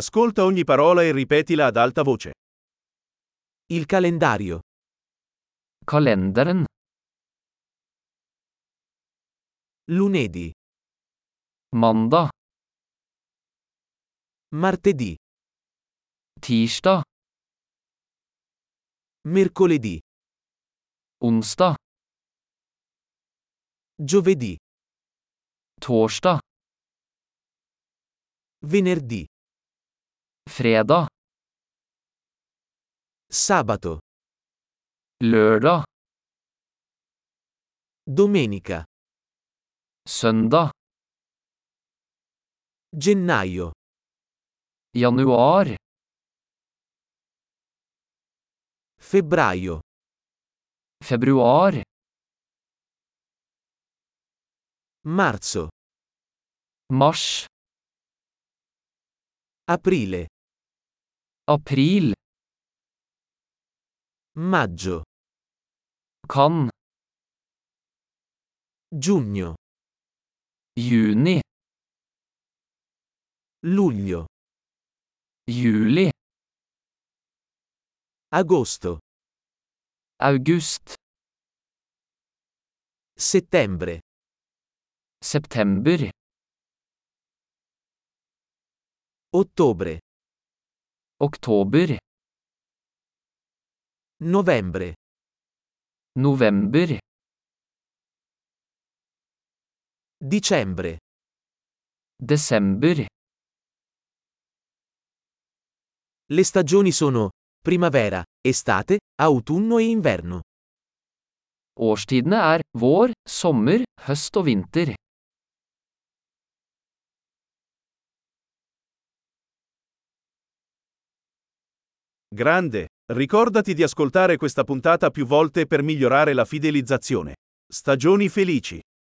Ascolta ogni parola e ripetila ad alta voce. Il calendario. Kalenderen. Lunedì. Mandag. Martedì. Tirsdag. Mercoledì. Onsdag. Giovedì. Torsdag. Venerdì. Fredag. Sabato. Lørdag. Domenica. Søndag. Gennaio. Januar. Febbraio. Februar. Marzo. Mars. Aprile. April. Maggio. Kan. Giugno. Juni. Luglio. Juli. Agosto. August. Settembre. September. Ottobre. Oktober. Novembre. November. Dicembre. Desember. Le stagioni sono primavera, estate, autunno e inverno. Årstidene er vår, sommer, høst og vinter. Grande, ricordati di ascoltare questa puntata più volte per migliorare la fidelizzazione. Stagioni felici.